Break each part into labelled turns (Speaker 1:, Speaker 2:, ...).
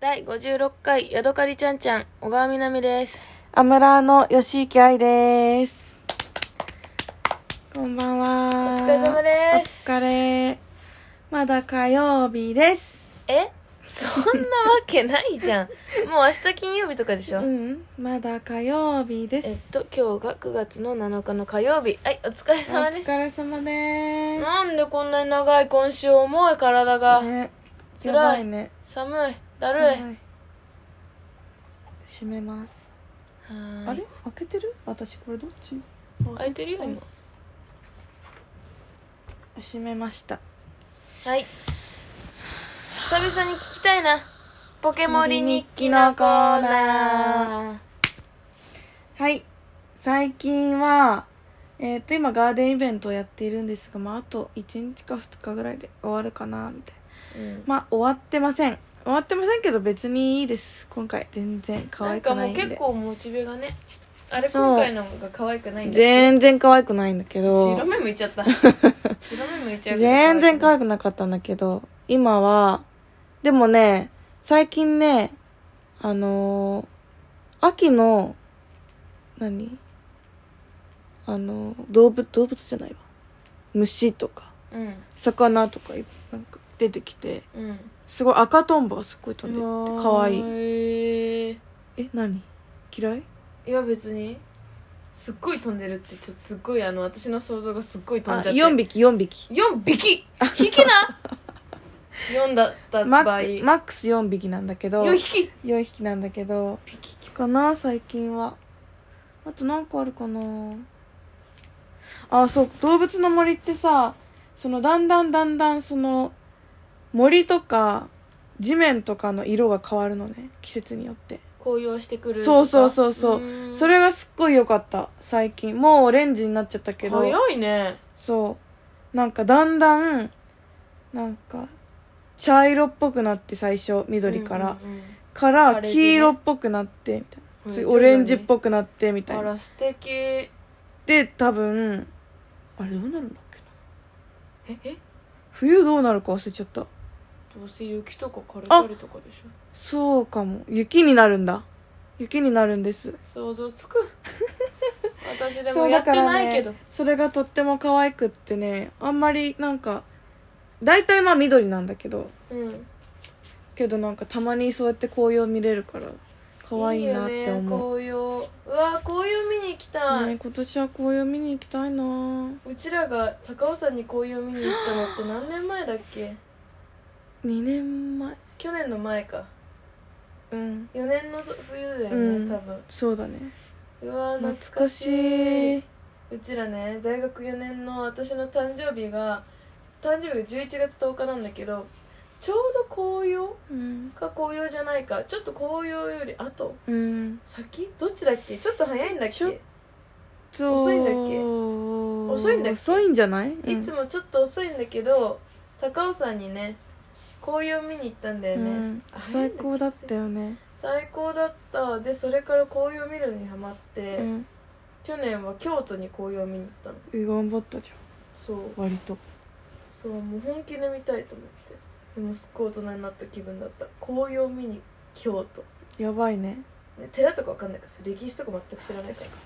Speaker 1: 第56回ヤドカリちゃんちゃん小川みなみです
Speaker 2: アムラーの吉池愛です。こんばん
Speaker 1: お
Speaker 2: は。
Speaker 1: 疲れ様です
Speaker 2: お疲れ。まだ火曜日です。
Speaker 1: えそんなわけないじゃ んもう明日金曜日とかでし
Speaker 2: う
Speaker 1: ょ、
Speaker 2: ん、まだ火曜日で
Speaker 1: えっ
Speaker 2: す。
Speaker 1: と今日が9月の7日の火曜日はいお疲れ
Speaker 2: お
Speaker 1: 様です
Speaker 2: 疲れ様で
Speaker 1: なんでこんなに長い今週重い体が、
Speaker 2: す。ね、
Speaker 1: 辛い
Speaker 2: やばいね。
Speaker 1: 寒いだるい
Speaker 2: 辛い。閉めます。
Speaker 1: はーい
Speaker 2: あれ開けてる私これどっち
Speaker 1: 開いてるよ今
Speaker 2: 閉めました。
Speaker 1: はい久々に聞きたいなポケモリ日記のコーナー
Speaker 2: はい。最近は、えっ、と、今、ガーデンイベントをやっているんですが、まあ、あと1日か2日ぐらいで終わるかな、みたいな。
Speaker 1: うん
Speaker 2: まあ、終わってません。終わってませんけど、別にいいです。今回、全然可愛くないん
Speaker 1: んか
Speaker 2: で。
Speaker 1: もう結構モチベがねあれ
Speaker 2: そう
Speaker 1: 今回のが可愛くないんだけ
Speaker 2: 全然可愛くないんだけ
Speaker 1: ど白
Speaker 2: ど、
Speaker 1: 目向いちゃった 白目向いちゃうけど
Speaker 2: 全然可
Speaker 1: 可愛
Speaker 2: 愛くなかったんだけど、今は、でもね、最近ね、あのー秋の、何あのー動物、動物じゃないわ。虫とか。
Speaker 1: くない
Speaker 2: 魚とかいなんか出てきて
Speaker 1: うんうん
Speaker 2: すごい赤トンボがすっごい飛んで
Speaker 1: うわ
Speaker 2: って
Speaker 1: ー
Speaker 2: かわいい
Speaker 1: へー
Speaker 2: え何嫌い
Speaker 1: いや別にすっごい飛んでるってちょっとすっごいあの私の想像がすっごい飛ん
Speaker 2: あ
Speaker 1: じゃって
Speaker 2: 4匹4匹
Speaker 1: 4匹引き な4だった場
Speaker 2: マ
Speaker 1: 合
Speaker 2: ックマックス4匹なんだけど
Speaker 1: 4匹
Speaker 2: 4匹なんだけど
Speaker 1: ピキキ
Speaker 2: かな最近はあと何個あるかなあそう動物の森ってさそのだんだんだんだんその森とか地面とかの色が変わるのね季節によって
Speaker 1: 紅葉してくる
Speaker 2: そうそうそうそう
Speaker 1: ーん
Speaker 2: それがすっごい良かった最近もうオレンジになっちゃったけど
Speaker 1: 早いね
Speaker 2: そうなんかだんだんなんか茶色っぽくなって最初緑から、
Speaker 1: うんうんうん
Speaker 2: か
Speaker 1: 枯
Speaker 2: ら
Speaker 1: れてね
Speaker 2: 黄色っぽくなってみたいな、次
Speaker 1: うん
Speaker 2: オレンジっぽくなってみたい
Speaker 1: あ
Speaker 2: な
Speaker 1: ら素敵え
Speaker 2: で多分あれどうなるんだっけな
Speaker 1: え
Speaker 2: 冬どうなるか忘れちゃった
Speaker 1: どうせ雪とか枯れたりとかでしょ
Speaker 2: そうかも雪になるんだ雪になるんです
Speaker 1: 想像つ く私で
Speaker 2: そ
Speaker 1: も
Speaker 2: う
Speaker 1: や
Speaker 2: だ
Speaker 1: って
Speaker 2: から
Speaker 1: ないけど、
Speaker 2: ね、それがとっても可愛くってねあんまりなんか大体まあ緑なんだけど
Speaker 1: うん
Speaker 2: けどなんかたまにそうやって紅葉見れるから可愛いなって思う
Speaker 1: いいよね紅葉うわ紅葉見に行き
Speaker 2: ね
Speaker 1: たい、
Speaker 2: 今年は紅葉見に行きたいな2
Speaker 1: うちらが高尾山に紅葉見に行ったのって何年前だっけ
Speaker 2: 年前
Speaker 1: 去年の前か
Speaker 2: うん
Speaker 1: 4年の冬だよね、
Speaker 2: うん
Speaker 1: 多分
Speaker 2: そうだね
Speaker 1: うわ懐
Speaker 2: 懐
Speaker 1: か
Speaker 2: か
Speaker 1: し
Speaker 2: し
Speaker 1: い
Speaker 2: いう
Speaker 1: ちらね大学4年の私の誕生日が誕生日が11月10日なんだけどちょうど紅葉
Speaker 2: うん、
Speaker 1: か紅葉じゃないかちょっと紅葉より後
Speaker 2: うん、
Speaker 1: 先どっちだっけちょっと早いんだっ
Speaker 2: ちょ
Speaker 1: け、
Speaker 2: 遅
Speaker 1: いんだっけ遅いんだっけ
Speaker 2: 遅いんじゃない、うん
Speaker 1: いつもちょっと遅いんだけど高尾山にね紅葉見に行ったんだよね、
Speaker 2: うん
Speaker 1: あ
Speaker 2: 最高だったよね、
Speaker 1: 最高だったでそれから紅葉見るのにハマって、
Speaker 2: うん、
Speaker 1: 去年は京都に紅葉見に行ったの
Speaker 2: 頑張ったじゃ
Speaker 1: そうん
Speaker 2: 割と
Speaker 1: そうもう本気で見たいと思ってでもすっごい大人になった気分だった紅葉見に京都、
Speaker 2: やばいね
Speaker 1: ね、寺とかわかんないからさ歴史とか全く知らないからさ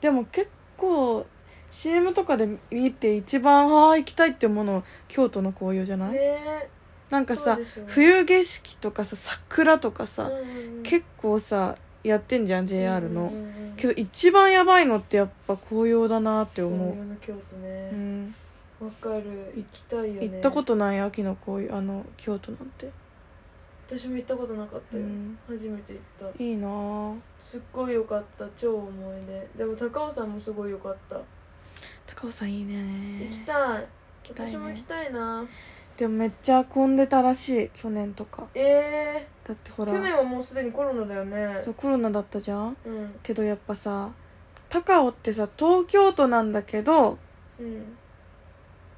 Speaker 2: でも結構 CM とかで見て一番ああ行きたいって思うの京都の紅葉じゃない、
Speaker 1: ねえ
Speaker 2: なんか
Speaker 1: そ
Speaker 2: さ
Speaker 1: うでしょうね
Speaker 2: 冬景色とかさ桜とかさ、
Speaker 1: うんうんうん
Speaker 2: 結構さやってんじゃん JR の、
Speaker 1: うんうんうん
Speaker 2: けど一番やばいのってやっぱ紅葉だなって
Speaker 1: 紅
Speaker 2: 思
Speaker 1: 葉の京都
Speaker 2: う、
Speaker 1: ね
Speaker 2: うん、
Speaker 1: わ、かる行きたいよね
Speaker 2: 行ったことない秋の紅葉あの京都なんて、
Speaker 1: 私も行ったことなかった
Speaker 2: う
Speaker 1: よ、
Speaker 2: ん、
Speaker 1: 初めて行った
Speaker 2: いいなあ
Speaker 1: すっごい良かった超思い出でも高尾山もすごい良かった
Speaker 2: 高尾さんいい
Speaker 1: 行き
Speaker 2: ね
Speaker 1: たい
Speaker 2: 行きたいね
Speaker 1: 私も行きたいな
Speaker 2: でもめっちゃ混んでたらしい去年とか
Speaker 1: え
Speaker 2: だってほ
Speaker 1: ー、
Speaker 2: ら
Speaker 1: 去年はもうすでにコロナだよね
Speaker 2: そうコロナだったじゃん
Speaker 1: うん
Speaker 2: けどやっぱさ高尾ってさ東京都なんだけど
Speaker 1: うん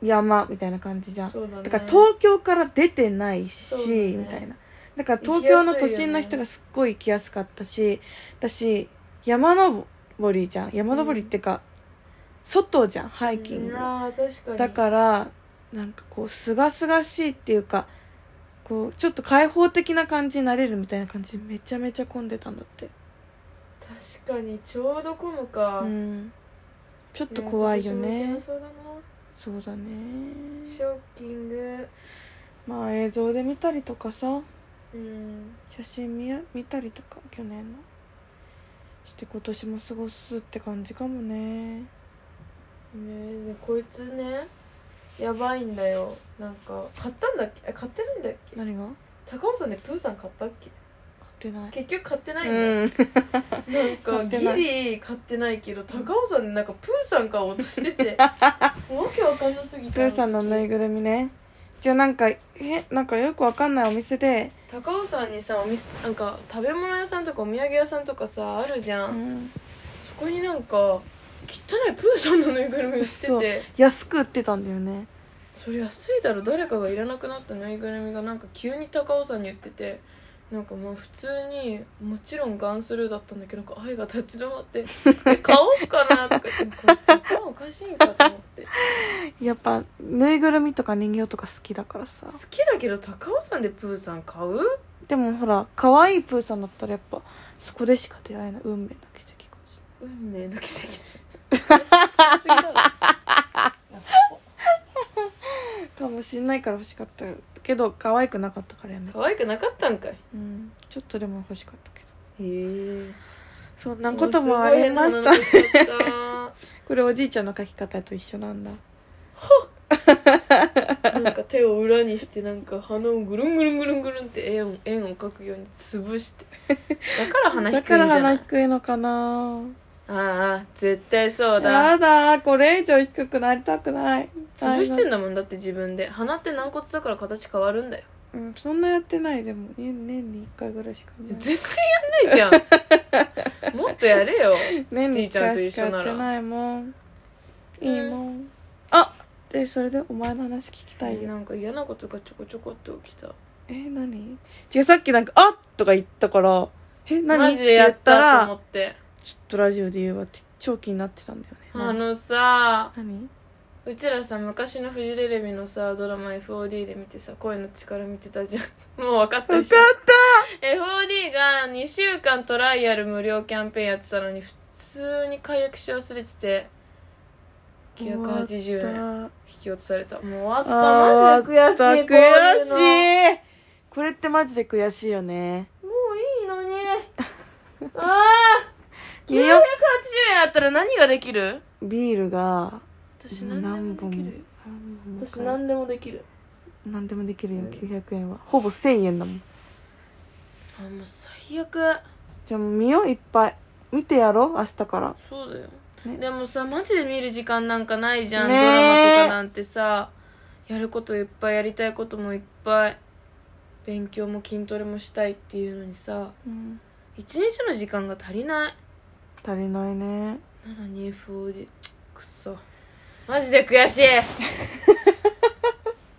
Speaker 2: 山みたいな感じじゃん
Speaker 1: そうだね
Speaker 2: だから東京から出てないし、
Speaker 1: そうだね
Speaker 2: みたいなだから東京の都心の人がすっごい行きやすかったし、私山登りじゃん山登りってか、外じゃんハイキング、
Speaker 1: うんあー確かに
Speaker 2: だからなんかこうすがすがしいっていうかこうちょっと開放的な感じになれるみたいな感じでめちゃめちゃ混んでたんだって
Speaker 1: 確かにちょうど混むか、
Speaker 2: う
Speaker 1: ね
Speaker 2: んちょっと怖いよ
Speaker 1: 今年も行け
Speaker 2: ね
Speaker 1: なそうだな
Speaker 2: そうだね
Speaker 1: ショッキング
Speaker 2: まあ映像で見たりとかさ
Speaker 1: うん
Speaker 2: 写真見や見たりとか去年のして今年も過ごすって感じかもね
Speaker 1: ねえでこいつねやばいんだよなんか買ったんだっけあ買ってないんだっけ
Speaker 2: 何が
Speaker 1: 高尾さんでプーさん買ったっけ
Speaker 2: 買ってない
Speaker 1: 結局買ってないんだ、
Speaker 2: うん
Speaker 1: なんか
Speaker 2: 買ってない
Speaker 1: ギリ買ってないけど高尾さんでなんかプーさん買おうとして てもうわけわかんなすぎて
Speaker 2: プーさんのぬいぐるみねじゃあなんかえなんかよくわかんないお店で、
Speaker 1: 高尾さんにさお店なんか食べ物屋さんとかお土産屋さんとかさあるじゃん、
Speaker 2: うん、
Speaker 1: そこになんか汚いプーさんのぬいぐるみ売って
Speaker 2: そう
Speaker 1: て
Speaker 2: 安く売ってたんだよね
Speaker 1: それ安いだろ誰かがいらなくなったぬいぐるみがなんか急に高尾さんに言っててなんかもう普通にもちろんガンスルーだったんだけどなんか愛が立ち止ま って「え買おうかな」とか言って「こいつ頭おかしいんか」と思って
Speaker 2: やっぱぬいぐるみとか人形とか好きだからさ
Speaker 1: 好きだけど高尾山でプーさん買う
Speaker 2: でもほら可愛いプーさんだったらやっぱそこでしか出会えない運命の奇跡かもし
Speaker 1: 運命の奇跡ちょっと好きすぎだろ
Speaker 2: れないかもしれないから欲しかったけど可愛くなかったからやめた、
Speaker 1: 可愛くなかったんかいへ
Speaker 2: うん、ちょっとでも欲しかったけど
Speaker 1: え
Speaker 2: そんなこともありましたこれおじいちゃんの書き方と一緒なんだ
Speaker 1: なんか手を裏にしてなんか鼻をぐるんぐるんぐるんぐるんって円を円を描くように潰して だから鼻
Speaker 2: だ
Speaker 1: 低い
Speaker 2: か
Speaker 1: ん
Speaker 2: ら
Speaker 1: じゃな
Speaker 2: 鼻
Speaker 1: い
Speaker 2: 低いのかな
Speaker 1: あああ絶対そうだ
Speaker 2: やだこれ以上低くなりたくない
Speaker 1: 潰してん
Speaker 2: だ、
Speaker 1: だもんだって自分で鼻って軟骨だから形変わるんだよ
Speaker 2: うん、そんなやってないでも年年に1回ぐらいしかね
Speaker 1: 全然やんないじ ゃんもっとやれよ
Speaker 2: 年
Speaker 1: じ
Speaker 2: に
Speaker 1: い
Speaker 2: 1
Speaker 1: ちゃんと
Speaker 2: 回
Speaker 1: 一
Speaker 2: しか
Speaker 1: 緒なら
Speaker 2: やってないもんいいもん、あでそれでお前の話聞きたいよ
Speaker 1: なんか嫌なことがちょこちょこって起きた
Speaker 2: え何違うさっきなんか「あっ!」とか言ったから「え何?」
Speaker 1: マ
Speaker 2: っ
Speaker 1: ジ
Speaker 2: て
Speaker 1: で
Speaker 2: 言
Speaker 1: や
Speaker 2: っ
Speaker 1: ったたと
Speaker 2: ら
Speaker 1: 思って
Speaker 2: 「ちょっとラジオで言うわ」って超気になってたんだよね
Speaker 1: あのさ
Speaker 2: 何
Speaker 1: うちらさ昔のフジテレビのさドラマ FOD で見てさ恋の力見てたじゃん もう分かったで
Speaker 2: 分
Speaker 1: し
Speaker 2: か
Speaker 1: ょ
Speaker 2: った
Speaker 1: FOD が2週間トライアル無料キャンペーンやってたのに普通に解約し忘れてて980円
Speaker 2: あ
Speaker 1: 引き落とされたもう終わ
Speaker 2: あ
Speaker 1: ったマジで悔しいこういうの
Speaker 2: 悔しいこれってマジで悔しいよね
Speaker 1: もういいの にああ980
Speaker 2: 見
Speaker 1: 円
Speaker 2: よ
Speaker 1: あったら何ができる
Speaker 2: ビールが
Speaker 1: 私何でもできるよ
Speaker 2: 何本も
Speaker 1: 私何でもできる
Speaker 2: 何でもできるよ900円はほぼ1000円だもん
Speaker 1: あもう最悪
Speaker 2: じゃあもう見よういっぱい見てやろう明日から
Speaker 1: そうだよ、
Speaker 2: ね
Speaker 1: でもさマジで見る時間なんかないじゃん、
Speaker 2: ね
Speaker 1: ド
Speaker 2: え
Speaker 1: ラマとかなんてさやることいっぱいやりたいこともいっぱい勉強も筋トレもしたいっていうのにさ
Speaker 2: うん
Speaker 1: 一日の時間が足りない
Speaker 2: 足りないね
Speaker 1: なのに FOD くっそマジで悔 しい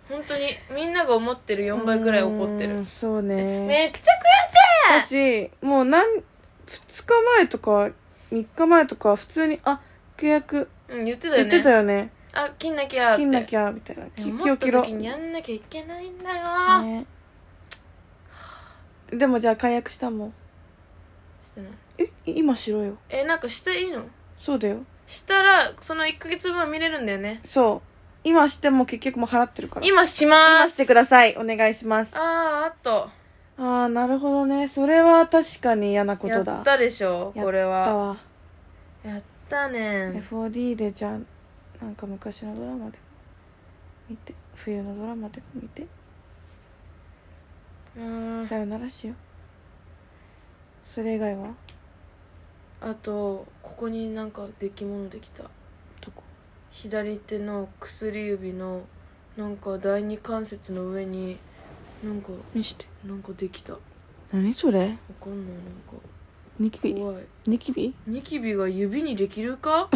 Speaker 1: 本当にみんなが思ってる4倍くらい怒って
Speaker 2: う
Speaker 1: る
Speaker 2: んそうね
Speaker 1: めっちゃ
Speaker 2: 私もう何2日前とか3日前とか普通にあ契約
Speaker 1: 悔しい、うん、言ってたよ
Speaker 2: 言っ
Speaker 1: ね
Speaker 2: てたよね
Speaker 1: あ切んなきゃって
Speaker 2: 切んなきゃみたいなき気
Speaker 1: 思
Speaker 2: を
Speaker 1: った
Speaker 2: 切ろう
Speaker 1: 時にやんなきゃいけないんだよ、
Speaker 2: ねでもじゃあ解約したもん
Speaker 1: してない
Speaker 2: え今しろよ
Speaker 1: えなんかしていいの
Speaker 2: そうだよ
Speaker 1: したらその1ヶ月分は見れるんだよね
Speaker 2: そう今しても結局もう払ってるから
Speaker 1: 今しま
Speaker 2: 今
Speaker 1: ー
Speaker 2: し
Speaker 1: す
Speaker 2: てくださいお願いします
Speaker 1: あーあと
Speaker 2: ああなるほどねそれは確かに嫌なことだ
Speaker 1: やったでしょこれ
Speaker 2: やった
Speaker 1: は
Speaker 2: わ
Speaker 1: やったね
Speaker 2: FOD でじゃあなんか昔のドラマでも見て冬のドラマでも見て
Speaker 1: うーん
Speaker 2: さよならしようそれ以外は
Speaker 1: あとここになんか出来物できた
Speaker 2: どこ
Speaker 1: 左手の薬指のなんか第二関節の上になんか
Speaker 2: 見して
Speaker 1: なんかできたわ
Speaker 2: 何それ
Speaker 1: かんないなんか
Speaker 2: ニキビ
Speaker 1: 怖い
Speaker 2: ニキ ビ
Speaker 1: ニキビが指にできるか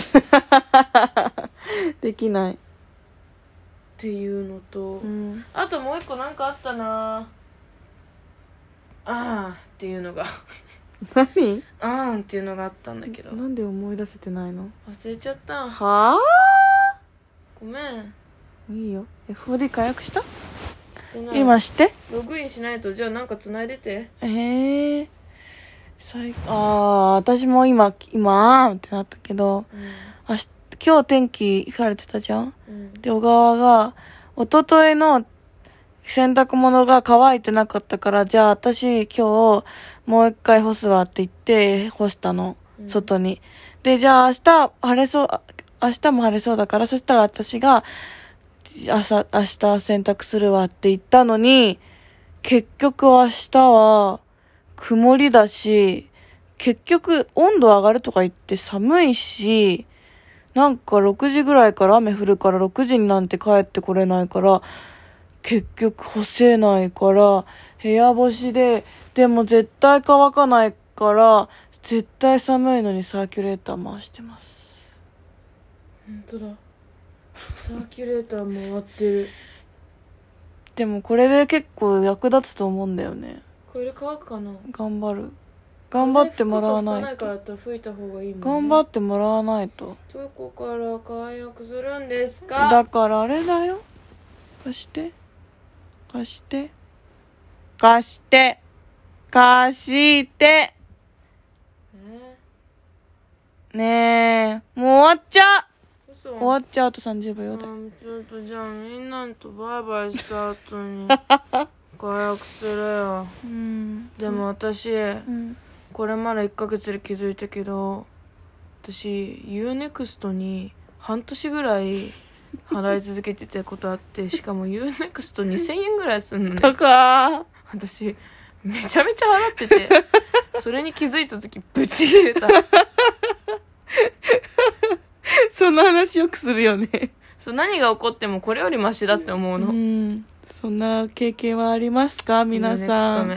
Speaker 2: できない
Speaker 1: っていうのと
Speaker 2: うん
Speaker 1: あともう一個なんかあったなあーっていうのが
Speaker 2: 何
Speaker 1: あーんっていうのがあったんだけど
Speaker 2: なんで思い出せてないの
Speaker 1: 忘れちゃった
Speaker 2: はあ
Speaker 1: ごめん
Speaker 2: いいよ FOD 解約した
Speaker 1: してない
Speaker 2: 今して
Speaker 1: ログインしないとじゃあなんか繋いでて
Speaker 2: ええー、最ああ私も今今あーってなったけど
Speaker 1: う
Speaker 2: 明日今日天気晴れてたじゃん
Speaker 1: ん、うん、
Speaker 2: で小川が一昨日の洗濯物が乾いてなかったからじゃあ私今日もう一回干すわって言って干したの
Speaker 1: うん
Speaker 2: 外に。で、じゃあ明日晴れそう、あ明日も晴れそうだから、そしたら私が、朝、明日洗濯するわって言ったのに、結局明日は曇りだし、結局温度上がるとか言って寒いし、なんか6時ぐらいから雨降るから6時になんて帰ってこれないから、結局干せないから、部屋干しで、でも絶対乾かないから、絶対寒いのにサーキュレーター回してます。
Speaker 1: 本当だサーキュレーター回ってる
Speaker 2: でもこれで結構役立つと思うんだよね。
Speaker 1: これ乾くかな
Speaker 2: 頑張る。頑張ってもらわな
Speaker 1: 風吹くか吹かないか
Speaker 2: い
Speaker 1: ら
Speaker 2: と。
Speaker 1: だったら吹いた方がいいもん、ね、
Speaker 2: 頑張
Speaker 1: っ
Speaker 2: ってもらわないと。
Speaker 1: どこから解約するんですか
Speaker 2: だからあれだよ。貸して。貸して。貸して。貸して。
Speaker 1: え
Speaker 2: ねえ。もう終わっちゃう
Speaker 1: ー、嘘
Speaker 2: 終わっちゃうあと30秒よで
Speaker 1: う。んちょっとじゃあみんなとバイバイした後 に解約するよ
Speaker 2: うん。
Speaker 1: でも私
Speaker 2: うん。
Speaker 1: これまで1ヶ月で気づいたけど私 UNEXT に半年ぐらい払い続けてたことあってしかも UNEXT2000 円ぐらいすんのね
Speaker 2: だから。
Speaker 1: 私めちゃめちゃ払っててそれに気づいた時ブチ切れた
Speaker 2: その話よくするよね。
Speaker 1: そう何が起こってもこれよりマシだって思うの
Speaker 2: うん。そんな経験はありますか皆さ
Speaker 1: UNEXT
Speaker 2: ん。
Speaker 1: ね